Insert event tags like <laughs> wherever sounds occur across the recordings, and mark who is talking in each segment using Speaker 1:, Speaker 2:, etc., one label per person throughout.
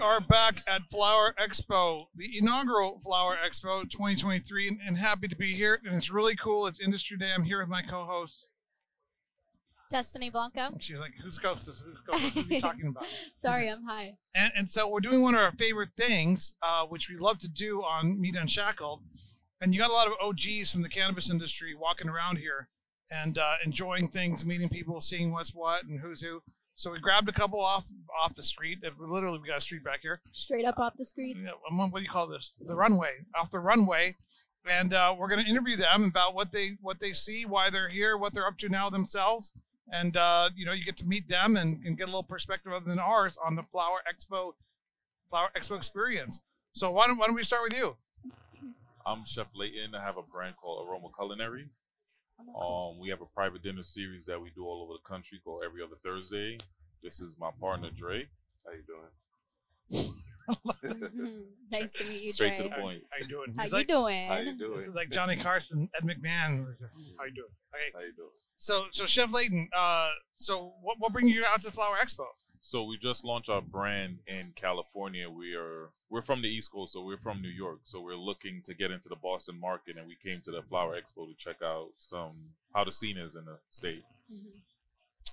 Speaker 1: are back at Flower Expo, the inaugural Flower Expo 2023, and, and happy to be here. And it's really cool. It's Industry Day. I'm here with my co-host.
Speaker 2: Destiny Blanco.
Speaker 1: And she's like, "Who's ghost? Who's ghost? Who's he talking about?"
Speaker 2: Sorry, I'm high.
Speaker 1: And, and so we're doing one of our favorite things, uh, which we love to do on Meet Unshackled. And you got a lot of OGs from the cannabis industry walking around here and uh, enjoying things, meeting people, seeing what's what and who's who. So we grabbed a couple off off the street. Uh, Literally, we got a street back here.
Speaker 2: Straight up off the streets.
Speaker 1: Yeah, um, what do you call this? The runway, off the runway, and uh, we're going to interview them about what they what they see, why they're here, what they're up to now themselves, and uh, you know you get to meet them and, and get a little perspective other than ours on the Flower Expo Flower Expo experience. So why don't why don't we start with you?
Speaker 3: I'm Chef Layton. I have a brand called Aroma Culinary. Um, we have a private dinner series that we do all over the country called Every Other Thursday. This is my partner Dre. How you doing?
Speaker 2: <laughs> Mhm. nice to meet you,
Speaker 3: Straight to
Speaker 2: Dre.
Speaker 3: the point.
Speaker 1: How you doing?
Speaker 2: How
Speaker 1: He's
Speaker 2: you
Speaker 1: like-
Speaker 2: doing?
Speaker 3: How you doing?
Speaker 1: This is like Johnny Carson, Ed McMahon. How you doing? Okay.
Speaker 3: How you doing?
Speaker 1: So so Chef Layton, uh, so what what brings you out to Flower Expo?
Speaker 3: So we just launched our brand in California. We are we're from the East Coast, so we're from New York. So we're looking to get into the Boston market, and we came to the Flower Expo to check out some how the scene is in the state.
Speaker 2: Mhm.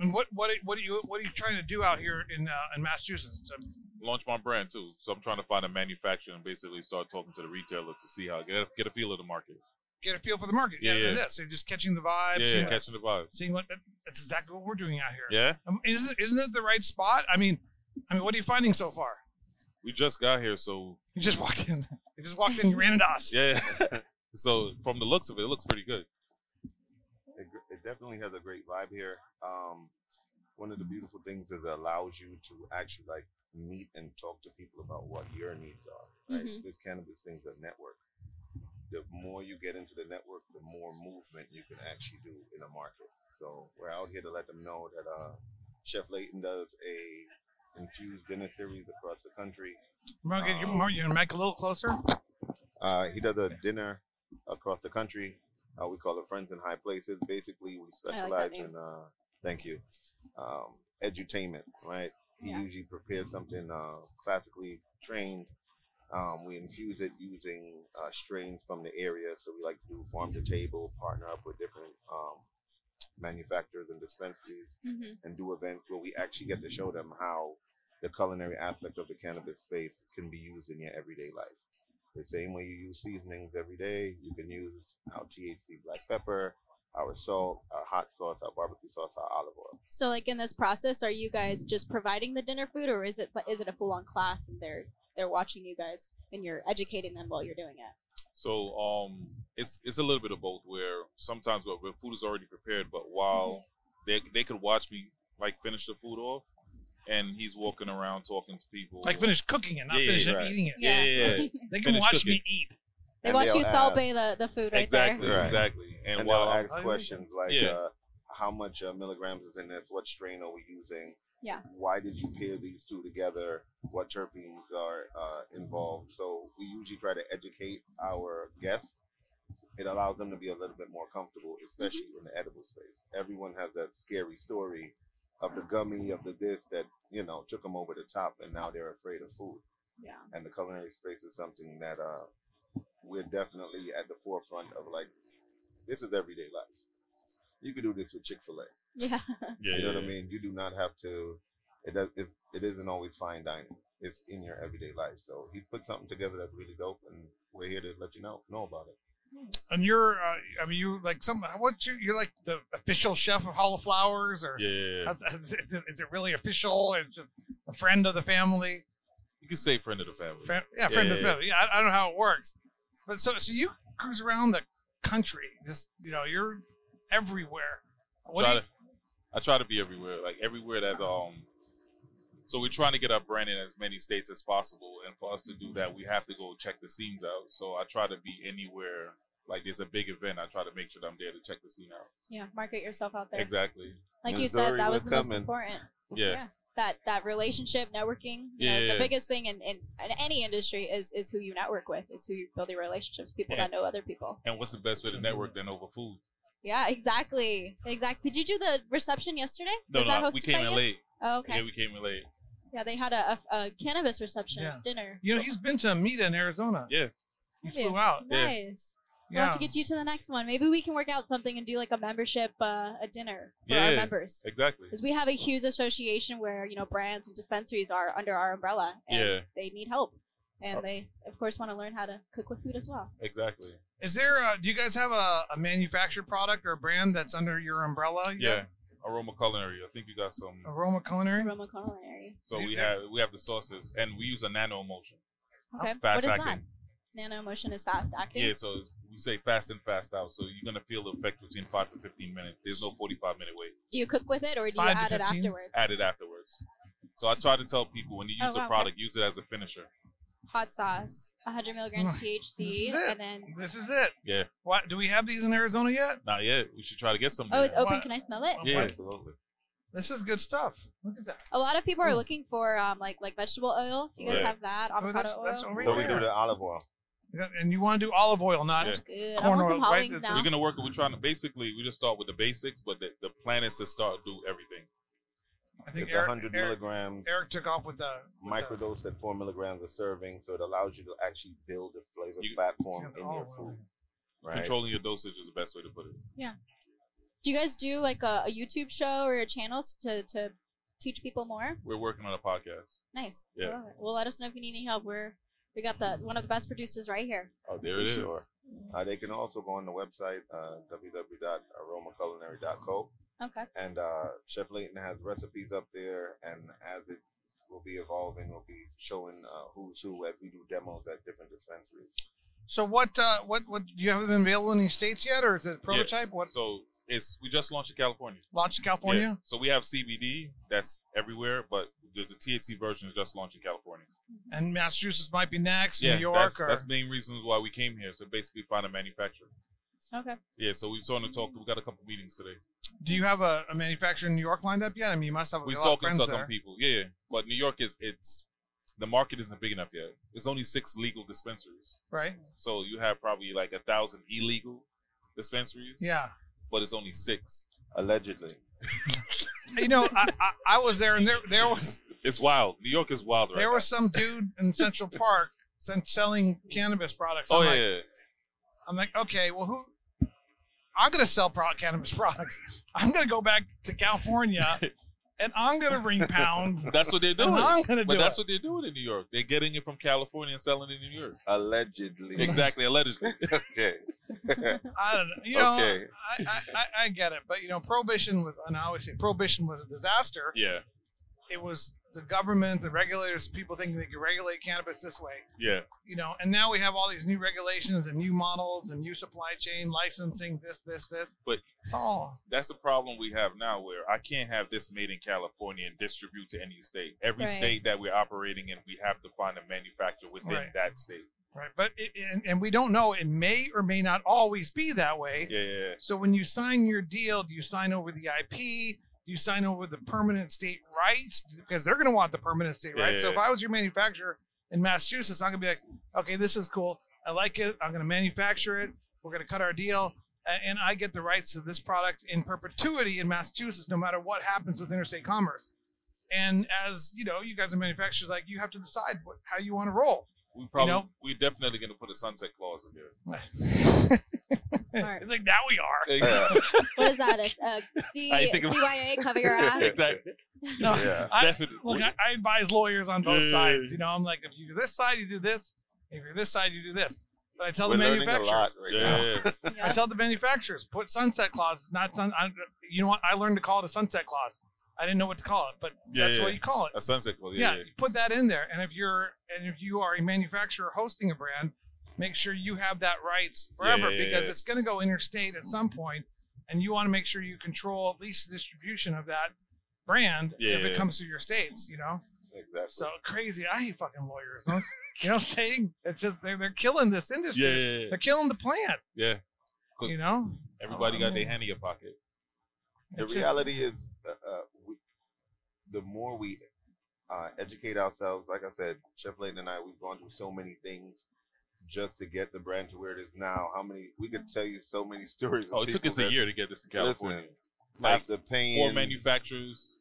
Speaker 1: And what what are- what are you what are you trying to do out here in uh, in Massachusetts? So,
Speaker 3: Launch my brand too, so I'm trying to find a manufacturer and basically start talking to the retailer to see how get a, get a feel of the market.
Speaker 1: get a feel for the market.
Speaker 3: Yeah, yeah.
Speaker 1: So you're just catching the vibes.
Speaker 3: Yeah,
Speaker 1: seeing
Speaker 3: yeah,
Speaker 1: what-
Speaker 3: catching the vibes.
Speaker 1: seeing what that's exactly what we're doing out here.
Speaker 3: Yeah.
Speaker 1: Um, isn't isn't it the right spot? I mean, I mean, what are you finding so far?
Speaker 3: We just got here, so
Speaker 1: You just walked in. You just walked in. You ran into us.
Speaker 3: <laughs> yeah. so from the looks of it, it looks pretty good.
Speaker 4: it, gr- it definitely has a great vibe here. Um, one of the beautiful things is it allows you to actually like meet and talk to people about what your needs are. Right?
Speaker 2: Mhm.
Speaker 4: This cannabis thing is a network. The more you get into the network, the more movement you can actually do in a market. So we're out here to let them know that uh, Chef Layton does a infused dinner series across the country.
Speaker 1: Mark, you, Mark, you gonna make a little closer.
Speaker 4: Uh, he does a dinner across the country. Uh, we call it Friends in High Places. Basically,
Speaker 2: I
Speaker 4: we
Speaker 2: like that
Speaker 4: specialize in,
Speaker 2: name.
Speaker 4: uh, thank you, um, edutainment, right? He
Speaker 2: Yeah.
Speaker 4: usually prepares something uh, classically trained. Um, we infuse it using uh, strains from the area. So we like to do farm to table, partner up with different um, manufacturers and dispensaries
Speaker 2: Mhm.
Speaker 4: and do events where we actually get to show them how the culinary aspect of the cannabis space can be used in your everyday life. The same way you use seasonings every day, you can use our THC black pepper, our salt, our hot sauce, our barbecue sauce, our olive oil.
Speaker 2: So, like in this process, are you guys just providing the dinner food, or is it is it a full on class and they're they're watching you guys and you're educating them while you're doing it?
Speaker 3: So um, it's it's a little bit of both. Where sometimes where, where food is already prepared, but while they they could watch me like finish the food off, and he's walking around talking to people.
Speaker 1: Like finish cooking it, not
Speaker 3: Yeah, yeah,
Speaker 1: finish it
Speaker 4: right.
Speaker 1: eating it.
Speaker 3: Yeah, yeah, yeah.
Speaker 1: They can
Speaker 3: Finish
Speaker 1: watch
Speaker 3: cooking.
Speaker 1: me eat.
Speaker 2: They
Speaker 4: And
Speaker 2: watch
Speaker 4: they'll
Speaker 2: you
Speaker 4: ask-
Speaker 2: salve the, the food right
Speaker 3: exactly,
Speaker 4: Right.
Speaker 3: exactly. And,
Speaker 4: And
Speaker 3: while
Speaker 4: they'll ask
Speaker 1: I think-
Speaker 4: questions like
Speaker 3: Yeah.
Speaker 4: uh, how much uh, milligrams is in this, what strain are we using?
Speaker 2: Yeah.
Speaker 4: Why did you pair these two together? What terpenes are uh, involved? So we usually try to educate our guests. It allows them to be a little bit more comfortable, especially in the edible space. Everyone has that scary story of the gummy, of the this that you know took them over the top, and now they're afraid of food
Speaker 2: there. Yeah.
Speaker 4: and the culinary space is something that uh, we're definitely at the forefront of. Like, this is everyday life. You could do this with Chick Fil A.
Speaker 2: Yeah. <laughs>
Speaker 3: yeah,
Speaker 4: You know
Speaker 3: yeah,
Speaker 4: what I mean? You do not have to. It does. It's, it isn't always fine dining. It's in your everyday life. So he put something together that's really dope, and we're here to let you know know about it.
Speaker 2: Nice.
Speaker 1: And you're, uh, I mean, you like some. What you you're like the official chef of Hall of Flowers, or
Speaker 3: yeah, yeah, yeah.
Speaker 1: how's- <laughs> is, is it- is it really official? Is it a friend of the family?
Speaker 3: You can say friend of the family.
Speaker 1: Friend, yeah, friend
Speaker 3: Yeah,
Speaker 1: of the
Speaker 3: yeah,
Speaker 1: family. Yeah, I, I don't know how it works, but so so you cruise around the country, just you know, you're everywhere. What
Speaker 3: try
Speaker 1: do you,
Speaker 3: to, I try to be everywhere, like everywhere that um. So we're trying to get our brand in as many states as possible, and for us to do that, we have to go check the scenes out. So I try to be anywhere. Like there's a big event, I try to make sure that I'm there to check the scene out.
Speaker 2: Yeah. Market yourself out there.
Speaker 3: Exactly.
Speaker 2: Like you
Speaker 4: Missouri
Speaker 2: said, that
Speaker 4: was
Speaker 2: was the most
Speaker 4: coming.
Speaker 2: important.
Speaker 3: Yeah.
Speaker 2: That that relationship, networking. You know,
Speaker 3: Yeah.
Speaker 2: the biggest thing in, in, in any industry is is who you network with, is who you build your relationships, with, people
Speaker 3: Yeah.
Speaker 2: that know other people.
Speaker 3: And what's the best way to network than over food?
Speaker 2: Yeah, exactly. Exactly. Did you do the reception yesterday?
Speaker 3: No,
Speaker 2: was that
Speaker 3: no,
Speaker 2: hosted
Speaker 3: we
Speaker 2: by
Speaker 3: came in
Speaker 2: you?
Speaker 3: late.
Speaker 2: Oh, okay.
Speaker 3: Yeah, we came in late.
Speaker 2: Yeah, they had a, a, a cannabis reception
Speaker 1: Yeah.
Speaker 2: dinner.
Speaker 1: You know, he's been to a meet in Arizona.
Speaker 3: Yeah.
Speaker 1: He
Speaker 2: Have you?
Speaker 1: flew out.
Speaker 3: Uh, yeah.
Speaker 2: Nice. We'll
Speaker 1: Yeah.
Speaker 2: have to get you to the next one. Maybe we can work out something and do like a membership, uh, a dinner for our
Speaker 3: Yeah.
Speaker 2: members.
Speaker 3: Exactly.
Speaker 2: Because we have a huge association where, you know, brands and dispensaries are under our umbrella and
Speaker 3: Yeah.
Speaker 2: they need help. And
Speaker 1: Oh.
Speaker 3: Uh,
Speaker 2: they, of course, want to learn how to cook with food as well.
Speaker 3: Exactly.
Speaker 1: Is there? A, do you guys have a, a manufactured product or a brand that's under your umbrella?
Speaker 3: Yeah.
Speaker 1: yet?
Speaker 3: Aroma culinary. I think you got some.
Speaker 1: Aroma Culinary.
Speaker 2: Aroma culinary.
Speaker 3: So we have we have the sauces, and we use a nano emulsion,
Speaker 1: Oh,
Speaker 2: Okay. what
Speaker 3: fast
Speaker 2: is
Speaker 3: acting.
Speaker 2: that? Nano motion is fast acting.
Speaker 3: Yeah, so it's, we say fast and fast out. So you're gonna feel the effect between five to fifteen minutes. There's no 45 minute wait.
Speaker 2: Do you cook with it or do you
Speaker 1: Five to
Speaker 2: add it
Speaker 1: 15?
Speaker 2: afterwards?
Speaker 3: Add it afterwards. So I try to tell people when you
Speaker 2: Oh,
Speaker 3: use
Speaker 2: wow,
Speaker 3: a
Speaker 2: okay.
Speaker 3: product, use it as a finisher.
Speaker 2: Hot sauce, 100 milligrams
Speaker 1: This
Speaker 2: THC,
Speaker 1: is it.
Speaker 2: and then.
Speaker 1: This is it.
Speaker 3: Yeah.
Speaker 1: What do we have these in Arizona yet?
Speaker 3: Not yet. We should try to get some.
Speaker 2: Oh, it's
Speaker 1: What?
Speaker 2: open. Can I smell it?
Speaker 3: Yeah.
Speaker 4: Absolutely.
Speaker 1: This is good stuff. Look at that.
Speaker 2: A lot of people are
Speaker 1: Mm.
Speaker 2: looking for um, like like vegetable oil. If you guys
Speaker 3: Yeah.
Speaker 2: have that,
Speaker 1: Oh,
Speaker 2: avocado
Speaker 1: that's- that's
Speaker 2: oil.
Speaker 1: over
Speaker 4: So we
Speaker 1: there.
Speaker 4: do the olive oil.
Speaker 1: Yeah, And you want to do olive oil, not?
Speaker 3: Yeah.
Speaker 2: Good. I
Speaker 1: Corn
Speaker 2: want some
Speaker 1: oil,
Speaker 2: hot
Speaker 1: right?
Speaker 2: wings
Speaker 1: This-
Speaker 2: now.
Speaker 3: We're gonna work. We're trying to basically we just start with the basics, but the, the plan is to start do everything.
Speaker 1: I think
Speaker 4: It's
Speaker 1: Eric,
Speaker 4: 100
Speaker 1: Eric,
Speaker 4: milligrams
Speaker 1: Eric took off with the with the-
Speaker 4: microdose at four milligrams a serving, so it allows you to actually build the flavor
Speaker 3: You-
Speaker 4: platform
Speaker 1: Yeah,
Speaker 4: in
Speaker 1: olive
Speaker 4: your
Speaker 1: oil.
Speaker 4: food. Right.
Speaker 3: Controlling your dosage is the best way to put it.
Speaker 2: do you guys do like a, a YouTube show or a channel s- to to teach people more?
Speaker 3: We're working on a podcast.
Speaker 2: Nice.
Speaker 3: Yeah.
Speaker 2: Love it. Well, let us know if you need any help. We're we got the one of the best producers right here.
Speaker 4: Oh,
Speaker 3: There it is.
Speaker 4: Uh, they can also go on the website uh, www.aromaculinary.co
Speaker 2: Okay.
Speaker 4: and uh, Chef Layton has recipes up there, and as it will be evolving, we'll be showing uh, who's who as we do demos at different dispensaries.
Speaker 1: So what? Uh, what? What? Do you have them available in any states yet, or is it prototype? What's
Speaker 3: So it's we just launched in California.
Speaker 1: launched in
Speaker 3: Yeah.
Speaker 1: California?
Speaker 3: So we have CBD that's everywhere, but the, the THC version is just launched in California.
Speaker 1: And Massachusetts might be next.
Speaker 3: yeah,
Speaker 1: New York
Speaker 3: that's,
Speaker 1: or
Speaker 3: that's the main reasons why we came here. So basically, find a manufacturer.
Speaker 2: <laughs> Okay.
Speaker 3: Yeah. So we starting to talk. We got a couple meetings today.
Speaker 1: Do you have a, a manufacturer in New York lined up yet? I mean, Oh, you must have a
Speaker 3: We're
Speaker 1: lot of
Speaker 3: talking to
Speaker 1: friends
Speaker 3: some
Speaker 1: there.
Speaker 3: people. Yeah, yeah. But New York is it's the market isn't big enough yet. It's only six legal dispensaries.
Speaker 1: right?
Speaker 3: So you have probably like a thousand illegal dispensaries.
Speaker 1: Yeah.
Speaker 3: But it's only six.
Speaker 4: Allegedly,
Speaker 1: You know, I, I, I was there, and there there was
Speaker 3: It's wild. New York is wild <laughs> right
Speaker 1: there
Speaker 3: now.
Speaker 1: was some dude in Central Park sen- selling cannabis products. I'm
Speaker 3: Oh yeah,
Speaker 1: like,
Speaker 3: yeah.
Speaker 1: I'm like, okay, well, who? I'm gonna sell pro- cannabis <laughs> products. I'm gonna go back to
Speaker 3: <laughs>
Speaker 1: California, and I'm gonna ring pounds. and
Speaker 3: that's what they're doing.
Speaker 1: <laughs> I'm gonna
Speaker 3: But
Speaker 1: do
Speaker 3: that's
Speaker 1: it.
Speaker 3: what they're doing in New York. They're getting it from California and selling it in New York.
Speaker 4: allegedly.
Speaker 3: Exactly,
Speaker 1: <laughs>
Speaker 3: allegedly.
Speaker 4: <laughs> okay.
Speaker 1: I don't know. You know,
Speaker 4: okay.
Speaker 1: I, I, I- I get it, but you know, prohibition was, and I always say prohibition was a disaster.
Speaker 3: Yeah,
Speaker 1: It was the government, the regulators, people thinking they could regulate cannabis this way,
Speaker 3: yeah,
Speaker 1: you know, and now we have all these new regulations and new models and new supply chain licensing, this, this, this.
Speaker 3: But-
Speaker 1: it's all
Speaker 3: that's a problem we have now where I can't have this made in California and distribute to any state. Every
Speaker 2: Right.
Speaker 3: state that we're operating in, we have to find a manufacturer within
Speaker 1: Right.
Speaker 3: that state.
Speaker 1: right, but it, and, and we don't know. It may or may not always be that way.
Speaker 3: Yeah, yeah, yeah.
Speaker 1: So when you sign your deal, do you sign over the IP? Do you sign over the permanent state rights? Because they're going to want the permanent state
Speaker 3: Yeah,
Speaker 1: rights.
Speaker 3: yeah,
Speaker 1: so
Speaker 3: yeah.
Speaker 1: if I was your manufacturer in Massachusetts, I'm going to be like, okay, this is cool. I like it. I'm going to manufacture it. We're going to cut our deal. a- And I get the rights to this product in perpetuity in Massachusetts, no matter what happens with interstate commerce. And as you know, you guys are manufacturers, like you have to decide what, how you want to roll.
Speaker 3: We probably,
Speaker 1: know-
Speaker 3: we're definitely going to put a sunset clause in
Speaker 1: <laughs>
Speaker 3: there.
Speaker 2: Smart.
Speaker 1: It's like now we are.
Speaker 4: Yeah.
Speaker 2: what is <laughs> that? It's, uh, C-
Speaker 3: I think about-
Speaker 2: CYA, cover <laughs> your ass.
Speaker 3: exactly.
Speaker 1: No,
Speaker 4: Yeah.
Speaker 1: I-
Speaker 3: <laughs> definitely.
Speaker 1: Look, I, I advise lawyers on both
Speaker 3: Yeah.
Speaker 1: sides. You know, I'm like, if you do this side, you do this. If you're this side, you do this. But I <laughs> tell
Speaker 4: We're
Speaker 1: the
Speaker 4: learning a
Speaker 1: manufacturers,
Speaker 4: lot right
Speaker 3: yeah,
Speaker 4: now.
Speaker 1: <laughs>
Speaker 3: yeah, yeah.
Speaker 1: I
Speaker 2: <laughs> Yeah.
Speaker 1: tell the manufacturers, put sunset clauses, not sun. I, you know what? I learned to call it a sunset clause. I didn't know what to call it, but
Speaker 3: Yeah,
Speaker 1: that's
Speaker 3: yeah.
Speaker 1: what you call it.
Speaker 3: a sunset clause.
Speaker 1: Yeah,
Speaker 3: Yeah, yeah.
Speaker 1: you put that in there. And if you're and if you are a manufacturer hosting a brand, make sure you have that rights forever
Speaker 3: Yeah, yeah,
Speaker 1: because
Speaker 3: yeah.
Speaker 1: it's going to go interstate at some point, and you want to make sure you control at least the distribution of that brand
Speaker 3: Yeah,
Speaker 1: if
Speaker 3: yeah,
Speaker 1: it
Speaker 3: yeah.
Speaker 1: comes to your states. You know.
Speaker 4: Exactly.
Speaker 1: So crazy. I hate fucking lawyers. Huh? you know what I'm saying? It's just they're, they're killing this industry.
Speaker 3: yeah, yeah, yeah.
Speaker 1: They're killing the plant.
Speaker 3: yeah. Cool.
Speaker 1: You know?
Speaker 3: Everybody got their hand in your pocket.
Speaker 4: the
Speaker 1: It's just-
Speaker 4: reality is, uh, uh, we, the more we uh, educate ourselves, like I said, Chef Layton and I, we've gone through so many things just to get the brand to where it is now. How many? We could tell you so many <laughs> stories. of
Speaker 3: Oh, it took
Speaker 4: people
Speaker 3: us a
Speaker 4: that
Speaker 3: year to get this in California.
Speaker 4: Listen,
Speaker 3: like
Speaker 4: after
Speaker 3: four
Speaker 4: paying
Speaker 3: manufacturers.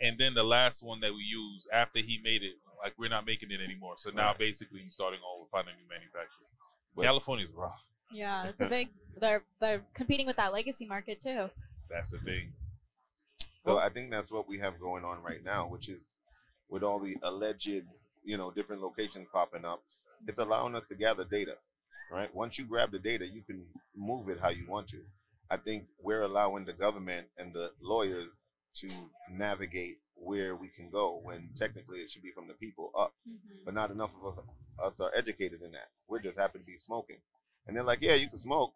Speaker 3: And then the last one that we use after he made it, like we're not making it anymore. So now
Speaker 4: Right.
Speaker 3: basically you're starting all with finding a new manufacturer.
Speaker 4: But-
Speaker 3: California's rough.
Speaker 2: Yeah, it's a big. They're they're competing with that legacy market too.
Speaker 3: That's the thing.
Speaker 4: So I think that's what we have going on right now, which is with all the alleged, you know, different locations popping up, it's allowing us to gather data, right? Once you grab the data, you can move it how you want to. I think we're allowing the government and the lawyers to navigate where we can go when technically it should be from the people up
Speaker 2: Mm-hmm.
Speaker 4: but not enough of us, us are educated in that. We just happen to be smoking, and they're like, "Yeah, you can smoke,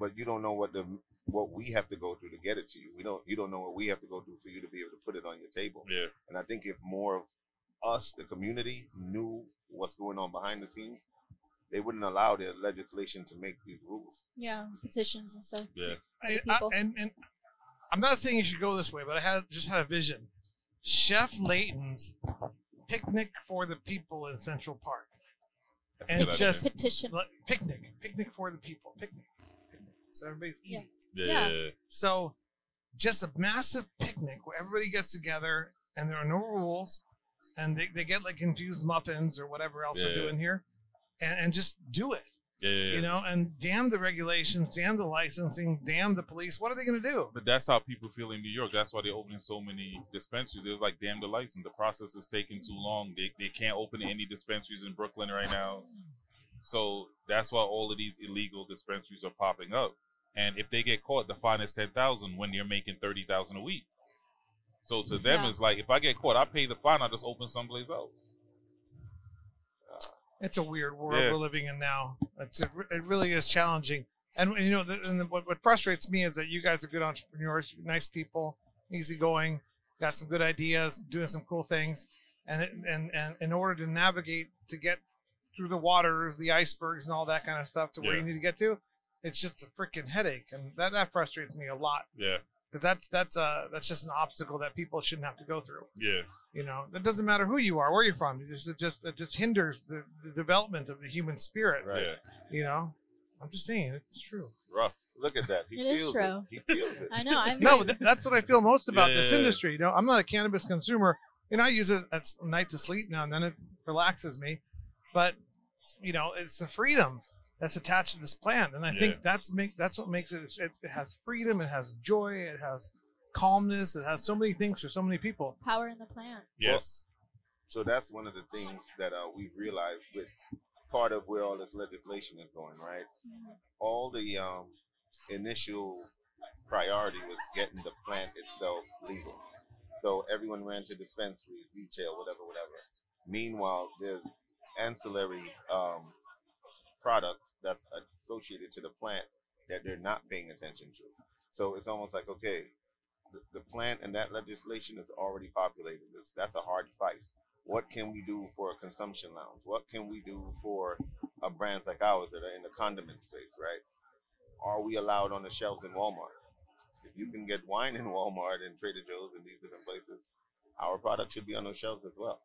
Speaker 4: but you don't know what the what we have to go through to get it to you. We don't you don't know what we have to go through for you to be able to put it on your table."
Speaker 3: Yeah.
Speaker 4: And I think if more of us, the community, knew what's going on behind the scenes, they wouldn't allow their legislation to make these rules.
Speaker 2: Yeah, petitions and stuff.
Speaker 3: Yeah.
Speaker 1: I, I,
Speaker 2: people.
Speaker 1: and, and I'm not saying you should go this way, but I had just had a vision. Chef Layton's picnic for the people in Central Park.
Speaker 3: That's a
Speaker 1: And
Speaker 3: good idea.
Speaker 1: just-
Speaker 2: Petition.
Speaker 1: Like, Picnic, picnic for the people, picnic, picnic. So everybody's eating.
Speaker 3: yeah.
Speaker 2: yeah.
Speaker 3: yeah, yeah.
Speaker 1: So just a massive picnic where everybody gets together and there are no rules and they, they get like infused muffins or whatever else we're
Speaker 3: Yeah.
Speaker 1: doing here and, and just do it,
Speaker 3: Yeah, yeah,
Speaker 1: you
Speaker 3: yeah.
Speaker 1: know, and damn the regulations, damn the licensing, damn the police. What are they going to do?
Speaker 3: But that's how people feel in New York. That's why they're opening so many dispensaries. It was like, damn the license. The process is taking too long. They, they can't open any dispensaries in Brooklyn right now. So that's why all of these illegal dispensaries are popping up. And if they get caught, the fine is ten thousand when you're making thirty thousand a week. So to them,
Speaker 2: Yeah.
Speaker 3: it's like if I get caught, I pay the fine. I just open someplace else.
Speaker 1: It's a weird world
Speaker 3: Yeah.
Speaker 1: we're living in now. It's, it, re- it really is challenging. And you know, the, and the, what, what frustrates me is that you guys are good entrepreneurs, nice people, easygoing, got some good ideas, doing some cool things, and it, and and in order to navigate to get through the waters, the icebergs, and all that kind of stuff to where
Speaker 3: Yeah.
Speaker 1: you need to get to, it's just a freaking headache, and that that frustrates me a lot
Speaker 3: Yeah,
Speaker 1: because that's that's uh that's just an obstacle that people shouldn't have to go through.
Speaker 3: yeah,
Speaker 1: You know, it doesn't matter who you are, where you're from. It just it just, it just hinders the, the development of the human spirit.
Speaker 4: Right.
Speaker 3: yeah.
Speaker 1: You know, I'm just saying it's true.
Speaker 3: Rough.
Speaker 4: Look at that. He
Speaker 2: It is
Speaker 4: feels
Speaker 2: true.
Speaker 4: it. He feels it.
Speaker 2: I <laughs> know. I'm
Speaker 1: No, th- that's what I feel most about this
Speaker 3: Yeah.
Speaker 1: industry. You know, I'm not a cannabis consumer. You know, I use it at s- night to sleep now and then. It relaxes me, but you know, it's the freedom that's attached to this plant, and I
Speaker 3: Yeah.
Speaker 1: think that's make that's what makes it. It it has freedom. It has joy. It has calmness. It has so many things for so many people.
Speaker 2: power in the plant.
Speaker 3: Yes.
Speaker 4: So that's one of the things that uh, we've realized with part of where all this legislation is going, right? all the um, initial priority was getting the plant itself legal. So everyone ran to dispensaries, retail, whatever, whatever. Meanwhile, there's ancillary um, products that's associated to the plant that they're not paying attention to. So it's almost like, okay, the, the plant and that legislation is already populated. It's, that's a hard fight. What can we do for a consumption lounge? What can we do for uh, brands like ours that are in the condiment space, right? Are we allowed on the shelves in Walmart? If you can get wine in Walmart and Trader Joe's and these different places, our product should be on those shelves as well,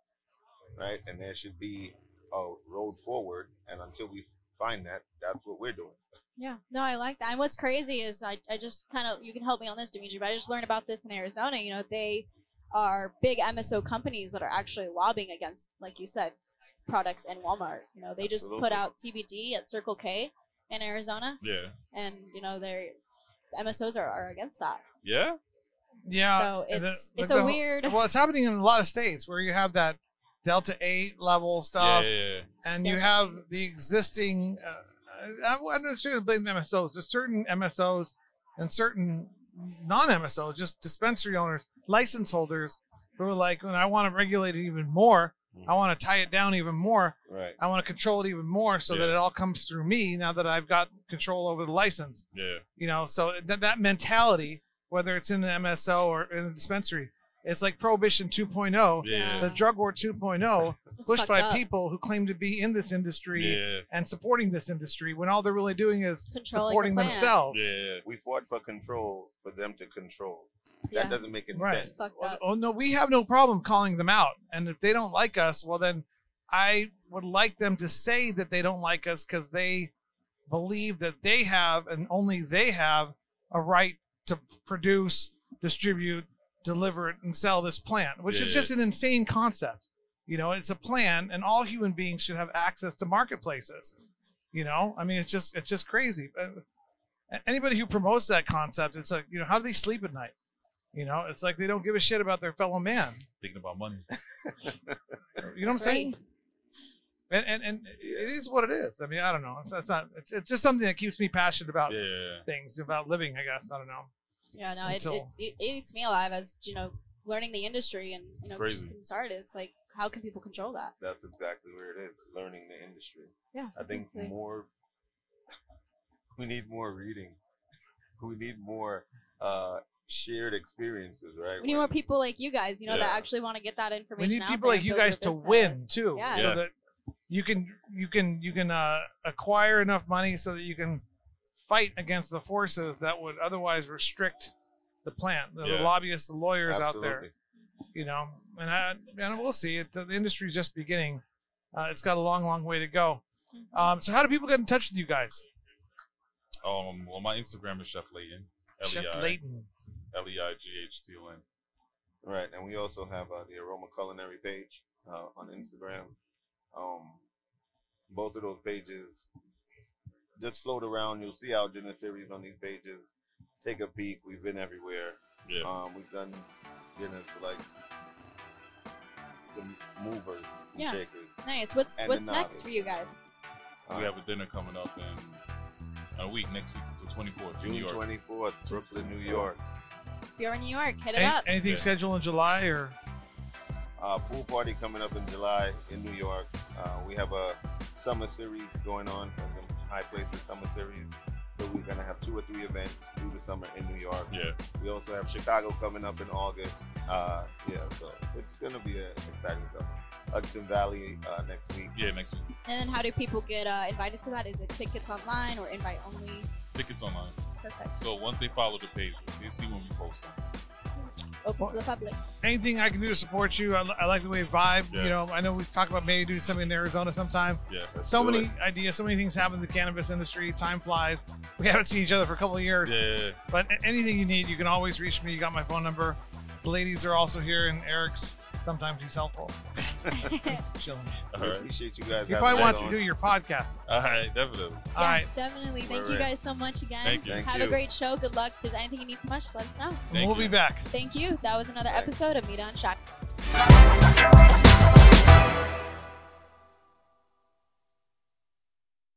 Speaker 4: right? And there should be a road forward. And until we find that, that's what we're doing.
Speaker 2: Yeah. No, I like that. And what's crazy is I, I just kind of you can help me on this, Dimitri, but I just learned about this in Arizona. You know, they are big MSO companies that are actually lobbying against, like you said, products in Walmart. You know, they just
Speaker 4: Absolutely.
Speaker 2: put out CBD at Circle K in Arizona,
Speaker 3: Yeah.
Speaker 2: and you know their MSOs are, are against that.
Speaker 3: Yeah.
Speaker 1: Yeah.
Speaker 2: so
Speaker 1: and
Speaker 2: it's
Speaker 1: the-
Speaker 2: it's
Speaker 1: the
Speaker 2: a
Speaker 1: whole- <laughs>
Speaker 2: weird.
Speaker 1: Well, it's happening in a lot of states where you have that Delta 8 level
Speaker 3: Yeah.
Speaker 1: stuff,
Speaker 3: Yeah. yeah.
Speaker 1: and you
Speaker 2: Delta
Speaker 1: have
Speaker 2: 8.
Speaker 1: the existing. Uh, I, I don't necessarily blame the MSOs. There's certain MSOs and certain non MSOs, just dispensary owners, license holders, who are like, when I want to regulate it even more, I want to tie it down even more.
Speaker 4: Right.
Speaker 1: I want to control it even more so that
Speaker 3: Yeah.
Speaker 1: it all comes through me now that I've got control over the license
Speaker 3: yeah.
Speaker 1: you know so that, that mentality whether it's in an mso or in a dispensary it's like prohibition 2.0
Speaker 3: Yeah.
Speaker 1: the drug war 2.0
Speaker 2: it's
Speaker 1: pushed
Speaker 2: fucked
Speaker 1: by
Speaker 2: up.
Speaker 1: people who claim to be in this industry
Speaker 3: Yeah.
Speaker 1: and supporting this industry when all they're really doing is
Speaker 2: Controlling the
Speaker 1: supporting
Speaker 2: plant.
Speaker 1: themselves
Speaker 3: Yeah.
Speaker 4: We fought for control for them to control.
Speaker 2: Yeah.
Speaker 4: That doesn't make any
Speaker 1: Right.
Speaker 4: sense.
Speaker 2: It's fucked
Speaker 1: Well,
Speaker 2: up.
Speaker 1: oh no we have no problem calling them out and if they don't like us well then i would like them to say that they don't like us because they believe that they have and only they have a right to produce distribute deliver it and sell this plant, which
Speaker 3: Yeah,
Speaker 1: is
Speaker 3: yeah.
Speaker 1: just an insane concept. You know, it's a plan, and all human beings should have access to marketplaces. You know, I mean, it's just it's just crazy. Uh, Anybody who promotes that concept, it's like, you know, how do they sleep at night? You know, it's like they don't give a shit about their fellow man.
Speaker 3: Thinking about money.
Speaker 1: You know what I'm
Speaker 2: Right.
Speaker 1: saying? And, and and it is what it is. I mean, I don't know. It's, it's not. It's, it's just something that keeps me passionate about
Speaker 3: Yeah.
Speaker 1: things, about living. I guess I don't know.
Speaker 2: Yeah, no, it, it,
Speaker 1: Until-
Speaker 2: it, it eats me alive as you know, learning the industry and you know,
Speaker 3: crazy.
Speaker 2: just getting started. It's like, how can people control that?
Speaker 4: That's exactly where it is. Learning the industry.
Speaker 2: Yeah,
Speaker 4: I think
Speaker 2: exactly.
Speaker 4: more. <laughs> We need more reading. <laughs> We need more uh, shared experiences, right?
Speaker 2: We need more people like you guys, you know,
Speaker 3: Yeah.
Speaker 2: that actually want to get that
Speaker 1: We
Speaker 2: information.
Speaker 1: need
Speaker 2: out
Speaker 1: people
Speaker 2: there
Speaker 1: like
Speaker 2: and
Speaker 1: you
Speaker 2: build your
Speaker 1: guys to
Speaker 2: business.
Speaker 1: win too,
Speaker 2: Yes.
Speaker 1: so
Speaker 3: Yes.
Speaker 1: that you can you can you can uh, acquire enough money so that you can fight against the forces that would otherwise restrict the plant, the,
Speaker 3: Yeah.
Speaker 1: lobbyists, the lawyers
Speaker 4: Absolutely.
Speaker 1: out there. you know, and I and we'll see. It, the, the industry's just beginning. Uh, it's got a long, long way to go.
Speaker 2: Mhm.
Speaker 1: Um, so how do people get in touch with you guys?
Speaker 3: Um. Well, my Instagram is Chef Layton.
Speaker 1: Chef
Speaker 3: L E
Speaker 1: Layton.
Speaker 3: I L E I G H T O N.
Speaker 4: Right, and we also have uh, the Aroma Culinary page uh, on Instagram. Um, both of those pages just float around. You'll see our dinner series on these pages. Take a peek. We've been everywhere.
Speaker 3: Yeah.
Speaker 4: Um, we've done dinners for like the movers, and
Speaker 2: Yeah.
Speaker 4: shakers.
Speaker 2: Nice. What's
Speaker 4: And
Speaker 2: what's
Speaker 4: the
Speaker 2: next
Speaker 4: novice.
Speaker 2: for you guys?
Speaker 4: Uh,
Speaker 3: we have a dinner coming up in a week next week, the 24th, in New
Speaker 4: June
Speaker 3: York.
Speaker 4: twenty fourth, Brooklyn, New York.
Speaker 2: If you're in New York, hit it
Speaker 1: Any-
Speaker 2: up.
Speaker 1: anything
Speaker 3: Yeah.
Speaker 1: scheduled in July or
Speaker 4: Uh, pool party coming up in July in New York. Uh, we have a summer series going on in the High Places Summer Series. So we're going to have two or three events through the summer in New York.
Speaker 3: Yeah.
Speaker 4: We also have Chicago coming up in August. Uh, yeah, so it's going to be an exciting summer. Hudson Valley uh, next week.
Speaker 3: Yeah. Next week.
Speaker 2: And then how do people get uh, invited to that? Is it tickets online or invite only?
Speaker 3: Tickets online.
Speaker 2: Perfect.
Speaker 3: So once they follow the page, they see when we post them.
Speaker 2: Open to the public.
Speaker 1: anything I can do to support you? I, li- I like the way you vibe.
Speaker 3: Yeah.
Speaker 1: You know, I know we've talked about maybe doing something in Arizona sometime.
Speaker 3: Yeah.
Speaker 4: Let's
Speaker 1: So
Speaker 4: do
Speaker 1: many
Speaker 4: it.
Speaker 1: ideas, so many things happen in the cannabis industry. Time flies. We haven't seen each other for a couple of years.
Speaker 3: Yeah.
Speaker 1: But a- anything you need, you can always reach me. You got my phone number. The ladies are also here, and Eric's sometimes he's helpful. He's chilling.
Speaker 3: All
Speaker 4: We
Speaker 3: right.
Speaker 4: appreciate you guys.
Speaker 1: He
Speaker 4: having
Speaker 1: probably
Speaker 4: us
Speaker 1: wants to
Speaker 4: on.
Speaker 1: do your podcast.
Speaker 3: All right. Definitely.
Speaker 1: All right.
Speaker 2: Definitely. Thank
Speaker 4: We're
Speaker 2: you
Speaker 4: in.
Speaker 2: guys so much again.
Speaker 3: Thank you.
Speaker 4: Thank
Speaker 2: Have
Speaker 4: you.
Speaker 2: a great show. Good luck. If there's anything you need from us, let us know.
Speaker 3: Thank
Speaker 1: we'll
Speaker 3: you.
Speaker 1: be back.
Speaker 2: Thank you. That was another
Speaker 4: Thanks.
Speaker 2: episode of Meet on Shot.